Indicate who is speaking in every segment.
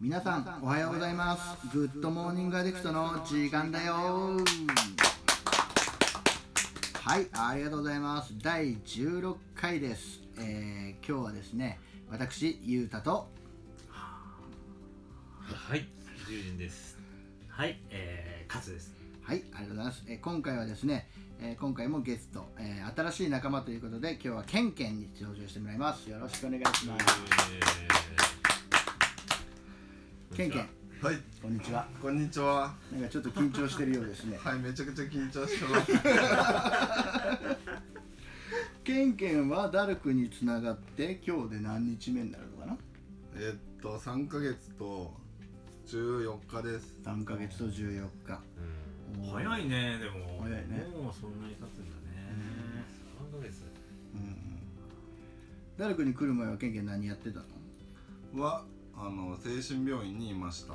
Speaker 1: 皆さんおはようございますグッドモーニングアディクトの時間だよはいありがとうございます第16回です、えー、今日はですね私ゆうたと
Speaker 2: はい、十人です。はい、えー、カツです。
Speaker 1: はいありがとうございます、えー今回はですね、えー今回もゲスト、えー新しい仲間ということで今日はケンケンに登場してもらいますよろしくお願いしますケンケン
Speaker 3: はい、
Speaker 1: こんにちは
Speaker 3: こんにちは。
Speaker 1: なんかちょっと緊張してるようですね
Speaker 3: はい、めちゃくちゃ緊張してます。
Speaker 1: ケンケンはダルクにつながって今日で何日目になるのかな
Speaker 3: えっと、三ヶ月と十四日です。
Speaker 1: 3ヶ月と14日
Speaker 2: うん早いね、でも。
Speaker 1: 早いね
Speaker 2: もうそんなに経つんだね。三ヶ月。
Speaker 1: うんうんダルクに来る前はケンケン何やってたの
Speaker 3: は、あの精神病院にいました。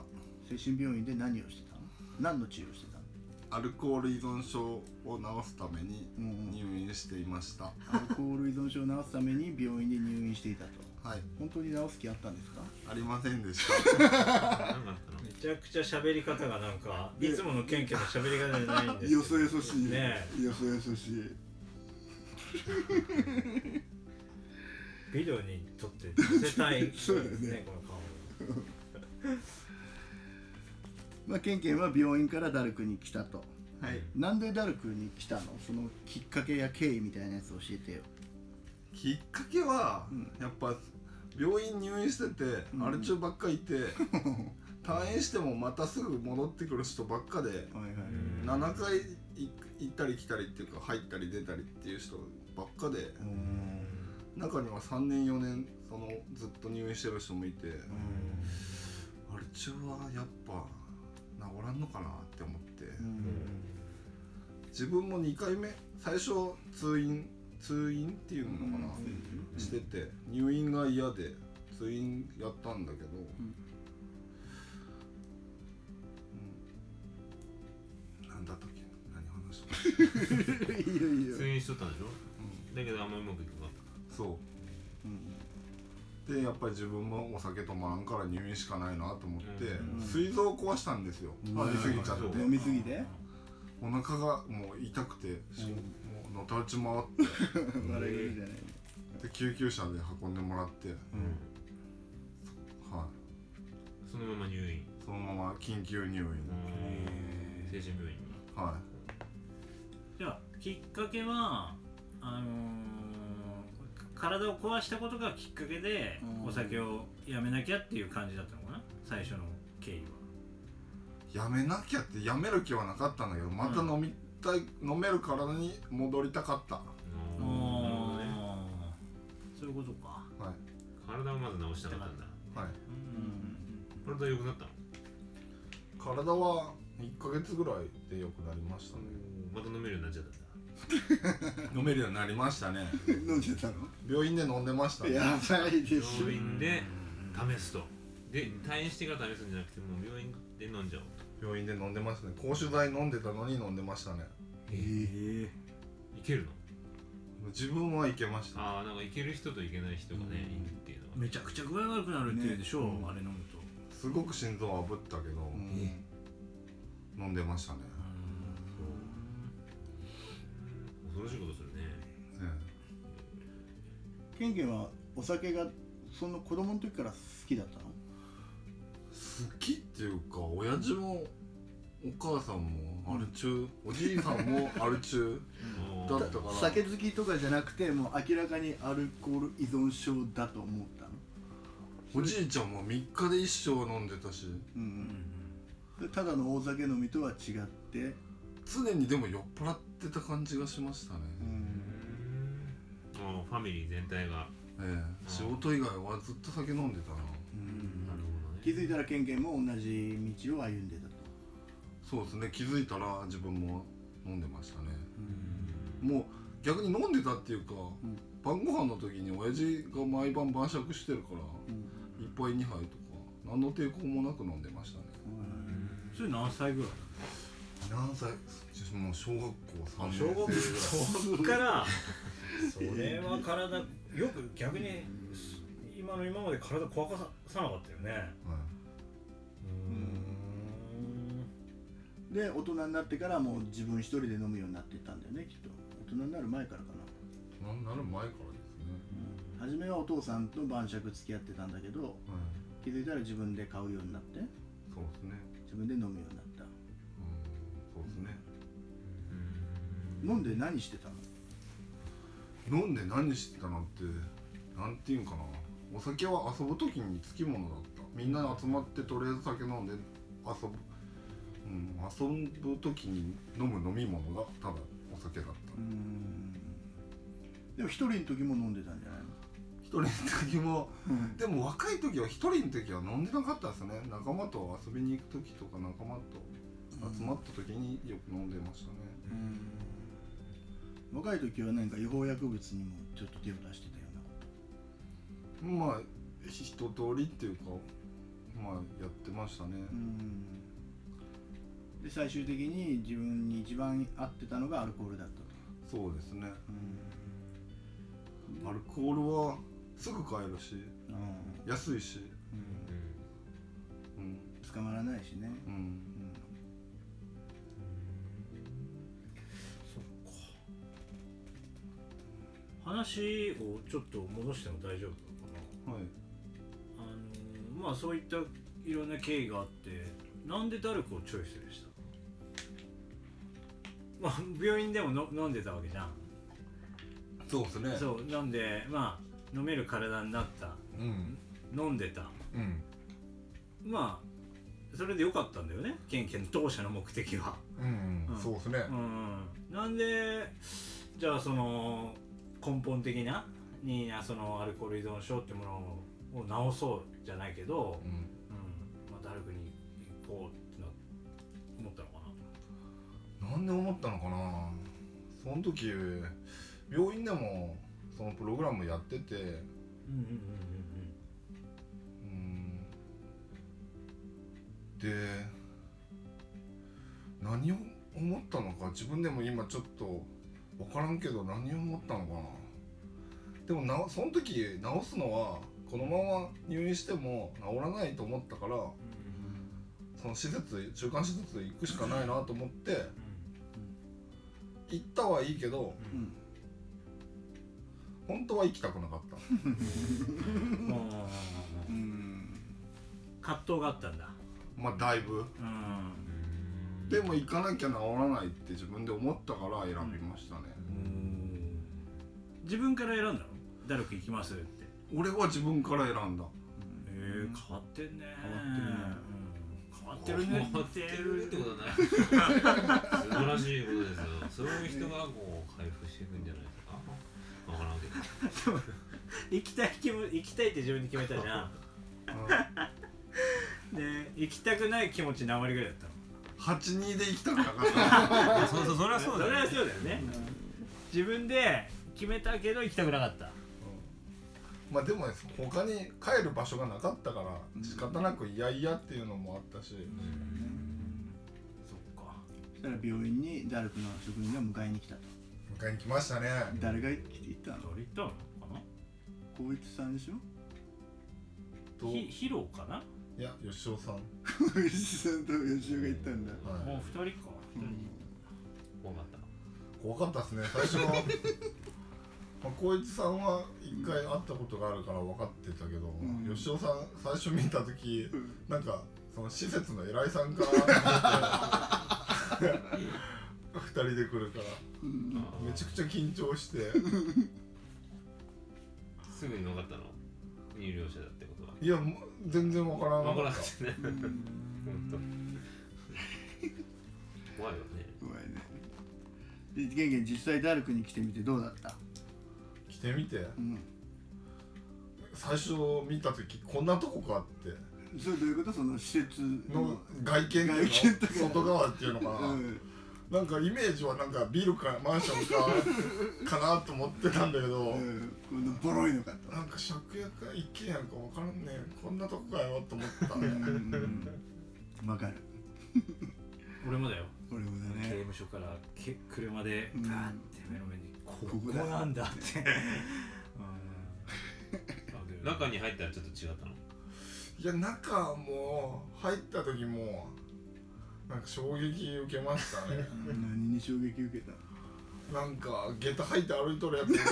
Speaker 1: 精神病院で何をしてたの何の治療してたの
Speaker 3: アルコール依存症を治すために
Speaker 1: うんうん
Speaker 3: 入院していました。
Speaker 1: アルコール依存症を治すために病院で入院していたと
Speaker 3: はい、
Speaker 1: 本当に治す気あったんですか
Speaker 3: ありません でした。
Speaker 2: めちゃくちゃ喋り方がなんか、いつものケンケンの喋り方じゃないんですよ。
Speaker 1: よ
Speaker 2: ね
Speaker 1: そよそしい
Speaker 2: え、ビデオに撮って載せたい、
Speaker 1: そうだよね
Speaker 2: この顔。
Speaker 1: まあケンケンは病院からダルクに来たと
Speaker 3: はい、
Speaker 1: なんでダルクに来たのそのきっかけや経緯みたいなやつ教えてよ
Speaker 3: きっかけは、
Speaker 1: うん
Speaker 3: やっぱ病院入院してて、
Speaker 1: うん
Speaker 3: アル中ばっかい て。退院してもまたすぐ戻ってくる人ばっかで
Speaker 1: はいは
Speaker 2: うん
Speaker 3: 7回い行ったり来たりっていうか入ったり出たりっていう人ばっかで
Speaker 1: うん
Speaker 3: 中には3年4年そのずっと入院してる人もいてあれ中はやっぱ治らんのかなって思って自分も2回目最初通院通院っていうのかな、してて入院が嫌で通院やったんだけど、
Speaker 1: ん
Speaker 3: うんなんだったっけ何話した、
Speaker 1: いいよいいよ
Speaker 4: 通院しとったんでしょ
Speaker 3: う
Speaker 4: だけどあんまうまくいかなかった
Speaker 3: ん、そうでやっぱり自分もお酒止まらんから入院しかないなと思って、
Speaker 4: うん
Speaker 3: 膵臓を壊したんですよ
Speaker 1: うん
Speaker 3: 飲みすぎちゃって
Speaker 4: うん
Speaker 1: 飲みすぎて
Speaker 3: お腹がもう痛くて、しもうのたうち回っ
Speaker 1: 笑い事じゃない
Speaker 3: てで救急車で運んでもらって、
Speaker 4: うん
Speaker 3: は
Speaker 4: そのまま入院
Speaker 3: い、そのまま緊急入院、
Speaker 4: 精神病院に
Speaker 3: はい
Speaker 2: じゃあ、きっかけは、あのー、体を壊したことがきっかけで
Speaker 1: う、ん
Speaker 2: お酒をやめなきゃっていう感じだったのかな、最初の経緯は。
Speaker 3: やめなきゃってやめる気はなかったんだけどまた飲みたい、飲める体に戻りたかった、は
Speaker 4: あーなるほどね
Speaker 2: あーそういうことか。
Speaker 4: 体をまず治したかったんだ
Speaker 3: いはい、
Speaker 4: 体良くなったの
Speaker 3: 体は1ヶ月ぐらいで良くなりま したね、
Speaker 4: また飲めるようになっちゃったんだ
Speaker 3: 飲めるようになりましたね
Speaker 1: 飲んでたの
Speaker 3: 病院で飲んでましたね
Speaker 1: やばいでしょ
Speaker 4: 病院で試すとで退院してから試すんじゃなくてもう病院で飲んじゃおうと
Speaker 3: 病院で飲んでましたね公衆剤飲んでたのに飲んでましたね
Speaker 2: え
Speaker 4: いけるの
Speaker 3: 自分はいけました
Speaker 4: ああなんかいける人といけない人がね
Speaker 1: うん
Speaker 4: いるっていうのは
Speaker 2: めちゃくちゃ具合悪くなるっていうでしょ、
Speaker 1: ね
Speaker 2: あれ飲むと。
Speaker 3: すごく心臓はぶったけど、
Speaker 1: うん
Speaker 3: 飲んでましたね、
Speaker 4: 恐ろしいことするね
Speaker 3: え
Speaker 1: ケンケンはお酒がその子供の時から好きだったの
Speaker 3: え好きっていうか親父もお母さんもアル中おじいさんもア ル中だ
Speaker 4: あ
Speaker 3: っ
Speaker 4: ー
Speaker 3: たから
Speaker 1: 酒好きとかじゃなくてもう明らかにアルコール依存症だと思ったの
Speaker 3: おじいちゃんも3日で一生飲んでたし
Speaker 1: うん、うん、ただの大酒飲みとは違って
Speaker 3: 常にでも酔っ払ってた感じがしましたね、
Speaker 1: うん
Speaker 4: あーファミリー全体が
Speaker 3: ええ仕事以外はずっと酒飲んでたな
Speaker 1: うん
Speaker 4: なるほどね
Speaker 1: 気づいたらケンケンも同じ道を歩んでたと
Speaker 3: そうですね気づいたら自分も飲んでましたねもう逆に飲んでたっていうか、
Speaker 1: ん
Speaker 3: 晩ご飯の時に親父が毎晩晩酌してるか
Speaker 1: う
Speaker 3: ら
Speaker 1: ん
Speaker 3: 一杯二杯とか何の抵抗もなく飲んでましたね
Speaker 2: それ何歳ぐらい
Speaker 3: 何歳もう小学校3年生
Speaker 2: 小学校そっから、 それは体、よく逆に、今の今まで体壊さなかったよね。
Speaker 3: は
Speaker 1: で大人になってからもう自分一人で飲むようになっていったんだよねきっと大人になる前からかな、
Speaker 3: なんなる前からですね。
Speaker 1: うん、初めはお父さんと晩酌付き合ってたんだけど
Speaker 3: はい。
Speaker 1: 気づいたら自分で買うようになって
Speaker 5: そうですね
Speaker 1: 自分で飲むようになった
Speaker 5: うんそうですね
Speaker 4: うん
Speaker 1: 飲んで何してたの
Speaker 5: 飲んで何してたなんてなんていうんかなお酒は遊ぶ時につきものだったみんなで集まってとりあえず酒飲んで遊ぶ、うん、遊ぶ時に飲む飲み物がただお酒だった
Speaker 1: うんでも一人の時も飲んでたんじゃない
Speaker 5: 一人の時も
Speaker 1: の、うん、
Speaker 5: でも若い時は一人の時は飲んでなかったですね仲間と遊びに行く時とか仲間と集まった時によく飲んでましたね
Speaker 1: うん若い時はなんか違法薬物にもちょっと手を出してたようなこ
Speaker 5: まあ一通りっていうかまあやってましたね、
Speaker 1: とで最終的に自分に一番合ってたのがアルコールだったと
Speaker 5: そうですね
Speaker 1: うん
Speaker 5: アルコールはすぐ買えるし
Speaker 1: う
Speaker 5: 安いし
Speaker 1: ん
Speaker 5: うん、
Speaker 1: 捕まらないしね、
Speaker 5: う、
Speaker 1: うんん、
Speaker 2: 話をちょっと戻しても大丈夫
Speaker 5: はい
Speaker 2: かなあのまあそういったいろんな経緯があってなんでダルクをチョイスでしたまあ病院でもの飲んでたわけじゃん
Speaker 5: そうですね
Speaker 2: そうなんでまあ飲める体になった
Speaker 3: うん。
Speaker 2: 飲んでた
Speaker 3: うん。
Speaker 2: まあそれでよかったんだよねケンケン当社の目的は
Speaker 3: うん。
Speaker 2: うん
Speaker 3: そうですね。
Speaker 2: うんなんでじゃあその根本的なにそのアルコール依存症ってものを治そうじゃないけど、
Speaker 3: うん。
Speaker 2: うんまあ、ダルクに行こうってな思ったのか
Speaker 3: なんで思ったのかな。その時病院でもそのプログラムやってて、
Speaker 2: な
Speaker 3: うん。で、何を思ったのか自分でも今ちょっと分からんけど何を思ったのかな。でもなその時治すのはこのまま入院しても治らないと思ったから。その施設中間施設行くしかないなと思って行ったはいいけど
Speaker 1: うん
Speaker 3: 本当は行きたくなかった
Speaker 1: うん
Speaker 2: 葛藤があったんだ
Speaker 5: まあだいぶ
Speaker 2: うん
Speaker 5: でも行かなきゃ治らないって自分で思ったから選びましたね、
Speaker 2: 自分から選んだのダルク行きますってへ
Speaker 5: 俺は自分から選んだ
Speaker 2: え変わってんね変わって
Speaker 4: 変
Speaker 2: るね変わ
Speaker 4: わ
Speaker 2: っ
Speaker 4: ってて
Speaker 2: るね
Speaker 4: るってことはない素晴らしいことですよそういう人がこう回復していくんじゃないですかわからんけど
Speaker 2: 行きたい気も行きたいって自分で決めたじゃんで行きたくない気持ち何割ぐらいだったの
Speaker 5: 82で行きたくなかった
Speaker 4: そうそうそれはそうだ
Speaker 2: それは
Speaker 4: ね
Speaker 2: そうだよね自分で決めたけど行きたくなかった
Speaker 3: まあでもね他に帰る場所がなかったから仕方なくいやいやっていうのもあったし
Speaker 2: そっか
Speaker 1: そしたら病院にダルクの職員が迎えに来たと
Speaker 3: 迎えに来ましたね
Speaker 1: 誰が行ったの
Speaker 2: 誰行ったのかな
Speaker 1: 光一さんでしょ
Speaker 3: と
Speaker 2: ひヒロかな、
Speaker 3: いや吉尾さんは
Speaker 1: 光一さんと吉尾が行ったんだ、
Speaker 2: もう
Speaker 3: い
Speaker 2: 二人か二人
Speaker 4: 怖かった
Speaker 3: 怖かったですね最初 はまあ光一さんは一回会ったことがあるから分かってたけど、
Speaker 1: ん
Speaker 3: 吉尾さん最初見た時
Speaker 1: うん
Speaker 3: なんかその施設の偉いさんから2人で来るからめちゃくちゃ緊張して
Speaker 4: すぐに分かったの入寮者だってことはい
Speaker 3: やもう全然わからな
Speaker 4: 分か
Speaker 3: からっ
Speaker 4: ん
Speaker 3: た
Speaker 4: しね怖いよね
Speaker 1: 怖いねでゲンゲン実際ダルクに来てみてどうだった、
Speaker 3: 来てみて
Speaker 1: うん、
Speaker 3: 最初見た時こんなとこかって
Speaker 1: それどういうことその施設
Speaker 3: の外見っていうの
Speaker 1: 外見とか
Speaker 3: 外側っていうのかな、
Speaker 1: うん
Speaker 3: なんかイメージはなんかビルかマンション かかなと思ってたんだけど、
Speaker 1: うんこのボロいのかと
Speaker 3: なんか借家か一軒家か分からんねえこんなとこかよと思った
Speaker 1: うんわかる
Speaker 2: 俺もだよ、
Speaker 1: 俺もだ
Speaker 2: 刑
Speaker 1: ね
Speaker 2: 務所からけ車で
Speaker 1: うん
Speaker 2: ガーって目の前にこ
Speaker 1: こ
Speaker 2: こ
Speaker 1: だ
Speaker 2: なんだってうん
Speaker 4: 中に入ったらちょっと違ったの
Speaker 3: いや中もう入った時もなんか衝撃受けまし たね
Speaker 1: 何に衝撃受けた
Speaker 3: なんか下駄履いて歩いとるやつ昔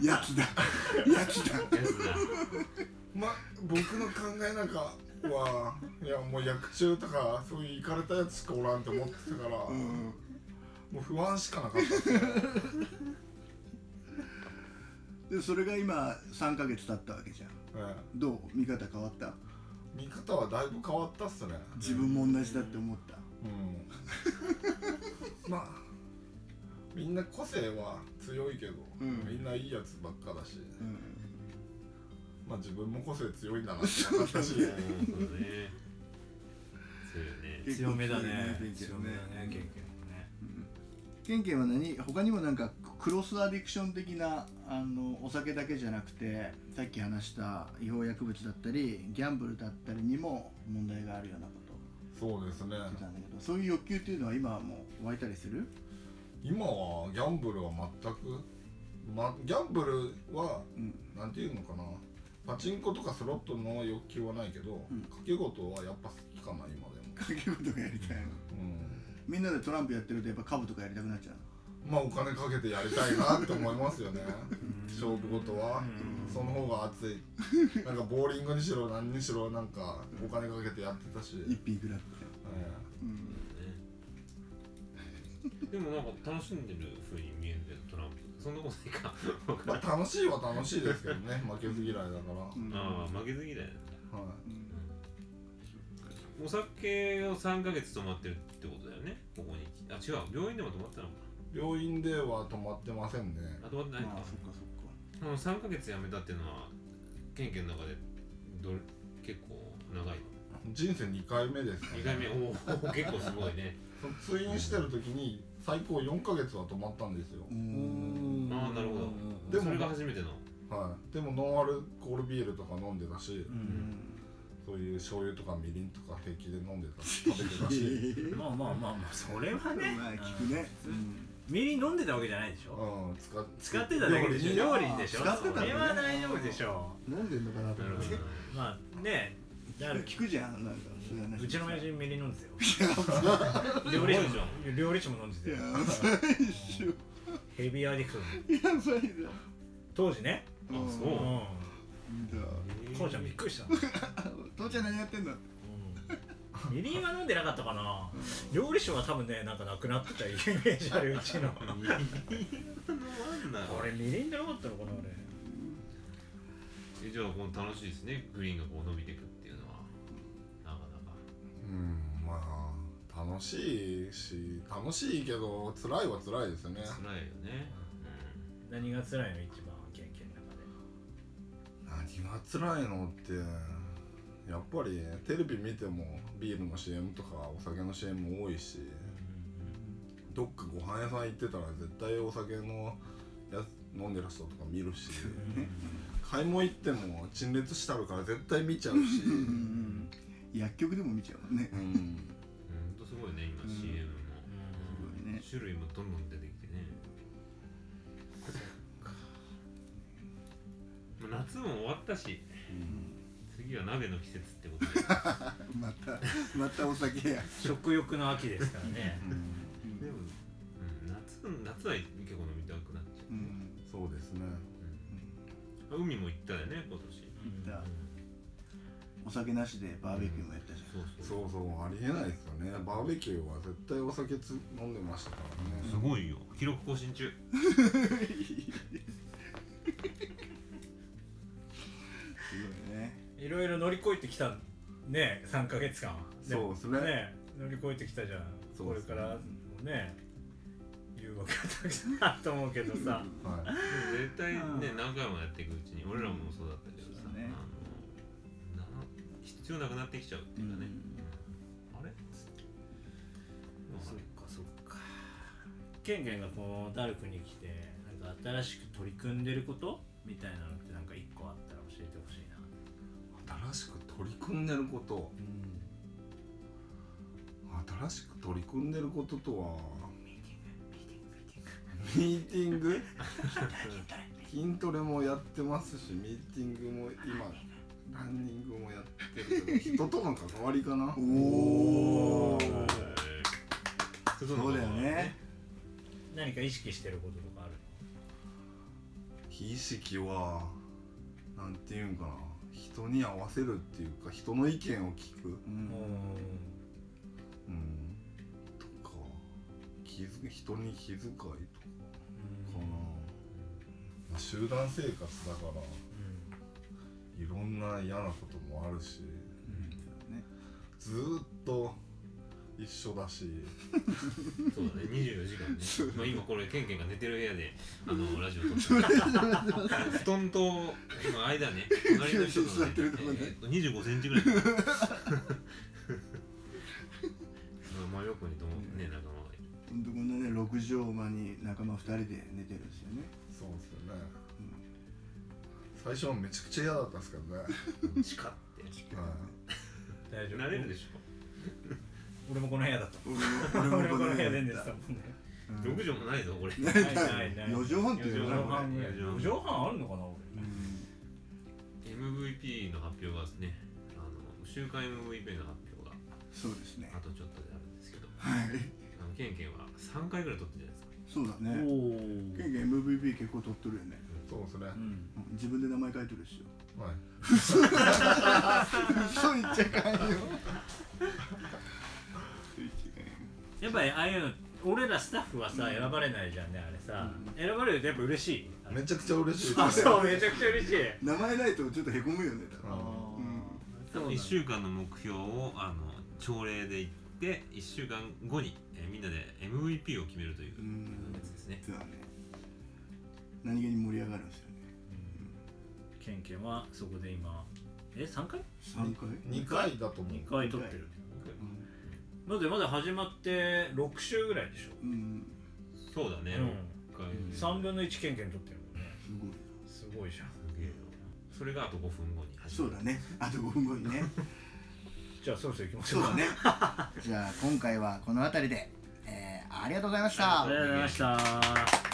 Speaker 3: で
Speaker 1: やつだやつだ
Speaker 4: やつだ
Speaker 3: ま僕の考えなんかはいやもう薬中とかそういう行かれたやつしかおらんと思ってたから、
Speaker 1: う
Speaker 3: も
Speaker 1: ん
Speaker 3: う不安しかなかったですね
Speaker 1: でそれが今3ヶ月経ったわけじゃん
Speaker 3: え
Speaker 1: どう見方変わった
Speaker 3: え見方はだいぶ変わったっすね
Speaker 1: 自分も同じだって思った
Speaker 3: うんまあみんな個性は強いけど、
Speaker 1: うん
Speaker 3: みんないいやつばっかだし
Speaker 1: うん
Speaker 3: まあ自分も個性強いんだなって思ったし
Speaker 4: そうねそうよね
Speaker 1: 結
Speaker 2: 強
Speaker 1: 構
Speaker 2: めだ
Speaker 1: 強い
Speaker 2: ね
Speaker 1: ね
Speaker 2: 強めだね
Speaker 1: ケ
Speaker 2: 経
Speaker 1: ン
Speaker 2: 験もね
Speaker 1: ケンケンは何他にもなんかクロスアディクション的なあのお酒だけじゃなくてさっき話した違法薬物だったりギャンブルだったりにも問題があるようなことを
Speaker 3: そうですね
Speaker 1: 言ってたんだけどそういう欲求っていうのは今はもう湧いたりする
Speaker 3: 今はギャンブルは全く、ま、ギャンブルは
Speaker 1: うん
Speaker 3: なんていうのかなパチンコとかスロットの欲求はないけど、
Speaker 1: うん
Speaker 3: 賭け事はやっぱ好きかな今でも、
Speaker 1: 賭け事がやりたいのみんなでトランプやってるとやっぱ株とかやりたくなっちゃう
Speaker 3: うん、まあお金かけてやりたいなって思いますよね勝負事
Speaker 2: う
Speaker 3: は
Speaker 2: ん
Speaker 3: その方が熱いなんかボーリングにしろ何にしろなんかお金かけてやってたし、
Speaker 1: 一品いくらって、
Speaker 3: え
Speaker 1: うん、
Speaker 4: でもなんか楽しんでる風に見えるけどトランプそんなことな
Speaker 3: えま
Speaker 4: いか分からん
Speaker 3: あ楽しいは楽しいですけどね負けず嫌いだから、
Speaker 1: うん
Speaker 4: ああ負けず嫌いなんだ
Speaker 3: は
Speaker 1: うん
Speaker 4: お酒を3ヶ月泊まってるってことだよねここにあ違う病院でも泊まったのか
Speaker 3: い、病院では泊まってませんね
Speaker 4: なあ泊まってないの
Speaker 1: ま
Speaker 4: か
Speaker 1: あそっかそっか
Speaker 4: あの3ヶ月辞めたっていうのはケンケンの中でどれ結構長い
Speaker 3: 人生2回目ですね
Speaker 4: 2回目おお結構すごいね
Speaker 3: その通院してる時に最高4ヶ月は泊まったんですよ、
Speaker 1: うん
Speaker 4: ああなるほど
Speaker 3: でも
Speaker 4: それが初めての
Speaker 3: はい、でもノンアルコールビールとか飲んでたし、
Speaker 1: うん
Speaker 3: そういう醤油とかみりんとか平気で飲んでたし食べ てたし、
Speaker 2: まあまあまあまあそれはね
Speaker 1: まあ聞くね、うん
Speaker 2: みりん飲んでたわけじゃないでしょ
Speaker 3: うん、使っ
Speaker 2: 使ってただけでしょ料
Speaker 3: 料
Speaker 2: 理
Speaker 3: 理
Speaker 2: にでしょ
Speaker 1: 使ってたん
Speaker 2: そ
Speaker 1: だね
Speaker 2: れは大丈夫でしょ
Speaker 1: 飲んでんのかなと
Speaker 4: なる
Speaker 1: 思
Speaker 4: ほ
Speaker 1: って
Speaker 4: ど
Speaker 2: まあねだから
Speaker 1: 聞くじゃんなんかそういう話
Speaker 2: うちの親父みりん飲んでたよ料
Speaker 4: 料理
Speaker 2: 理
Speaker 4: 長
Speaker 2: 酒も料理酒も飲ん
Speaker 1: い
Speaker 2: で
Speaker 1: や
Speaker 2: たよ
Speaker 1: 最初
Speaker 2: ヘビーアディクション
Speaker 1: やばいだ
Speaker 2: 当時ね
Speaker 4: あそう
Speaker 2: うん
Speaker 1: う
Speaker 2: 父ちゃん びっくりしたもん
Speaker 1: 父ちゃん何やってんだ
Speaker 2: みりんは飲んでなかったかな料理酒は多分ねなんかなくなってたイメージあるうち の
Speaker 4: 飲まんな
Speaker 2: 俺みりんじゃなかったのかな俺
Speaker 4: えじゃあこの楽しいですねグリーンがこう伸びていくっていうのはなかなか
Speaker 3: うんまあ楽しいし楽しいけど辛いは辛いですよね
Speaker 4: 辛いよね
Speaker 2: 何が辛いの一番経験の中で
Speaker 3: 何が辛いのってやっぱりテレビ見てもビールの CM とかお酒の CM 多いしどっかご飯屋さん行ってたら絶対お酒のやつ飲んでる人とか見るし買い物行っても陳列してあるから絶対見ちゃうし
Speaker 1: うん薬局でも見ちゃうもんね
Speaker 3: うん
Speaker 4: うんほんとすごいね今
Speaker 1: うん
Speaker 4: CM も
Speaker 1: すごいね
Speaker 4: 種類もどんどん出てきてねまあ夏も終わったし次は鍋の季節ってことで
Speaker 1: またまたお酒や
Speaker 2: 食欲の秋ですからね
Speaker 3: うん
Speaker 1: うん
Speaker 4: でも、うん、夏夏は結構飲みたくなっちゃう
Speaker 1: う、ん
Speaker 3: そうですね
Speaker 4: うん海も行ったよね今年
Speaker 1: だお酒なしでバーベキューもやったじゃん
Speaker 4: そうそう
Speaker 3: そうそうありえないですよねバーベキューは絶対お酒つ飲んでましたからね
Speaker 4: すごいよ記録更新中
Speaker 1: すごいね
Speaker 2: いろいろ乗り越えてきたね3か月間で
Speaker 3: そうですね
Speaker 2: ね乗り越えてきたじゃん、
Speaker 3: そ
Speaker 2: こ
Speaker 3: う
Speaker 2: れ
Speaker 3: です
Speaker 2: か
Speaker 3: ね
Speaker 2: らもね誘惑がたくさんあると思うけどさ
Speaker 3: はい
Speaker 4: 絶対ね
Speaker 2: うん
Speaker 4: 何回もやっていくうちに俺らもそうだったけどさ、
Speaker 1: そうだね
Speaker 4: あのな必要なくなってきちゃうっていうかね、あれ
Speaker 2: そっかそっかケンケンがこのダルクに来てなんか新しく取り組んでることみたいなのってなんか1個あったら教えてほしいな
Speaker 3: 新しく取り組んでること新しく取り組んでることとはミーティング筋トレもやってますしミーティングも今
Speaker 5: ランニングもやってるけど人との関わりかな
Speaker 1: おお
Speaker 4: そ
Speaker 1: そうだよね
Speaker 2: 何か意識してることとかある
Speaker 5: 意識はなんていうんかな人に合わせるっていうか人の意見を聞く
Speaker 1: う
Speaker 2: の
Speaker 1: ん
Speaker 5: うんとか気づ人に気遣いとかかな
Speaker 3: 集団生活だからいろんな嫌なこともあるし
Speaker 1: ね
Speaker 3: ずーっと一緒だし
Speaker 4: そうだね、24時間ね。まあ今これ、ケンケンが寝てる部屋で、あの、ラジオ撮ってる。布団と、今、間ね、隣の人と
Speaker 1: 座
Speaker 4: ね
Speaker 1: ってるとこね
Speaker 4: えーと25センチぐらい。まあ真横にともね、仲間がいる。
Speaker 1: ほんとこんなね6畳間に仲間2人で寝てるんですよね
Speaker 3: そうですよね、最初はめちゃくちゃ嫌だったんですけ どね、はい、
Speaker 4: チカって。
Speaker 2: 大丈夫
Speaker 4: なれるでしょ。
Speaker 2: 俺もこの部屋だった
Speaker 1: 俺も
Speaker 2: 俺
Speaker 1: 俺
Speaker 2: も
Speaker 1: も
Speaker 2: この部屋
Speaker 1: 寝
Speaker 2: でん
Speaker 1: て
Speaker 2: でしたもんね
Speaker 1: うん
Speaker 4: 6畳もないぞ、これ。
Speaker 2: ないないない
Speaker 1: 四畳半っていうの
Speaker 2: 4
Speaker 4: か
Speaker 2: 畳半
Speaker 4: な
Speaker 2: ぐらい4
Speaker 4: 四畳半
Speaker 2: 畳半あるのかな俺
Speaker 1: うん
Speaker 4: MVP の発表がね、あの、週間 MVP の発表が、
Speaker 1: そうですね
Speaker 4: あとちょっとであるんですけど、
Speaker 1: はい
Speaker 4: あのケンケンは3回ぐらい撮ってるじゃ
Speaker 1: そうだ
Speaker 4: ないですか。
Speaker 1: ね
Speaker 2: おお
Speaker 1: ケンケン MVP 結構取っとるよね
Speaker 3: そうですね、
Speaker 2: うん
Speaker 1: うん自分で名前書いてるっしょ
Speaker 3: はい
Speaker 1: 嘘言っちゃいかんよ
Speaker 2: やっぱりああいうの俺らスタッフはさ選ばれないじゃんねあれさ
Speaker 1: う
Speaker 2: 選ばれるとやっぱ嬉しい
Speaker 3: めちゃくちゃ嬉しいです
Speaker 2: あそうめちゃくちゃ嬉しい
Speaker 1: 名前ないとちょっとへこむよね
Speaker 3: あー
Speaker 2: そうなんだ
Speaker 4: 1週間の目標をあの朝礼で言って1週間後に、えーみんなで MVP を決めるという
Speaker 1: う
Speaker 4: や
Speaker 1: ん
Speaker 4: つですね
Speaker 1: 実はね何気に盛り上がるんですよね
Speaker 2: ケンケンはそこで今え三3回
Speaker 1: 3回
Speaker 3: 2回だと思う
Speaker 2: ?2 回撮ってる
Speaker 1: う
Speaker 2: まだまだ始まって6週ぐらいでしょ
Speaker 1: んうん
Speaker 4: そうだね、
Speaker 2: うん
Speaker 4: 6回目
Speaker 2: 3分の1ケンケン撮ってるもんね
Speaker 1: すごい
Speaker 2: すごいじゃん
Speaker 4: すげえよそれがあと5分後に始
Speaker 1: そ
Speaker 4: ま
Speaker 1: う
Speaker 4: る
Speaker 1: だねあと5分後に ね
Speaker 2: じゃあそろそろ行きまし
Speaker 1: そ
Speaker 2: ょ
Speaker 1: う
Speaker 2: う
Speaker 1: だ
Speaker 2: か
Speaker 1: ねじゃあ今回はこの辺りで、えーありがとうございました、
Speaker 2: ありがとうございました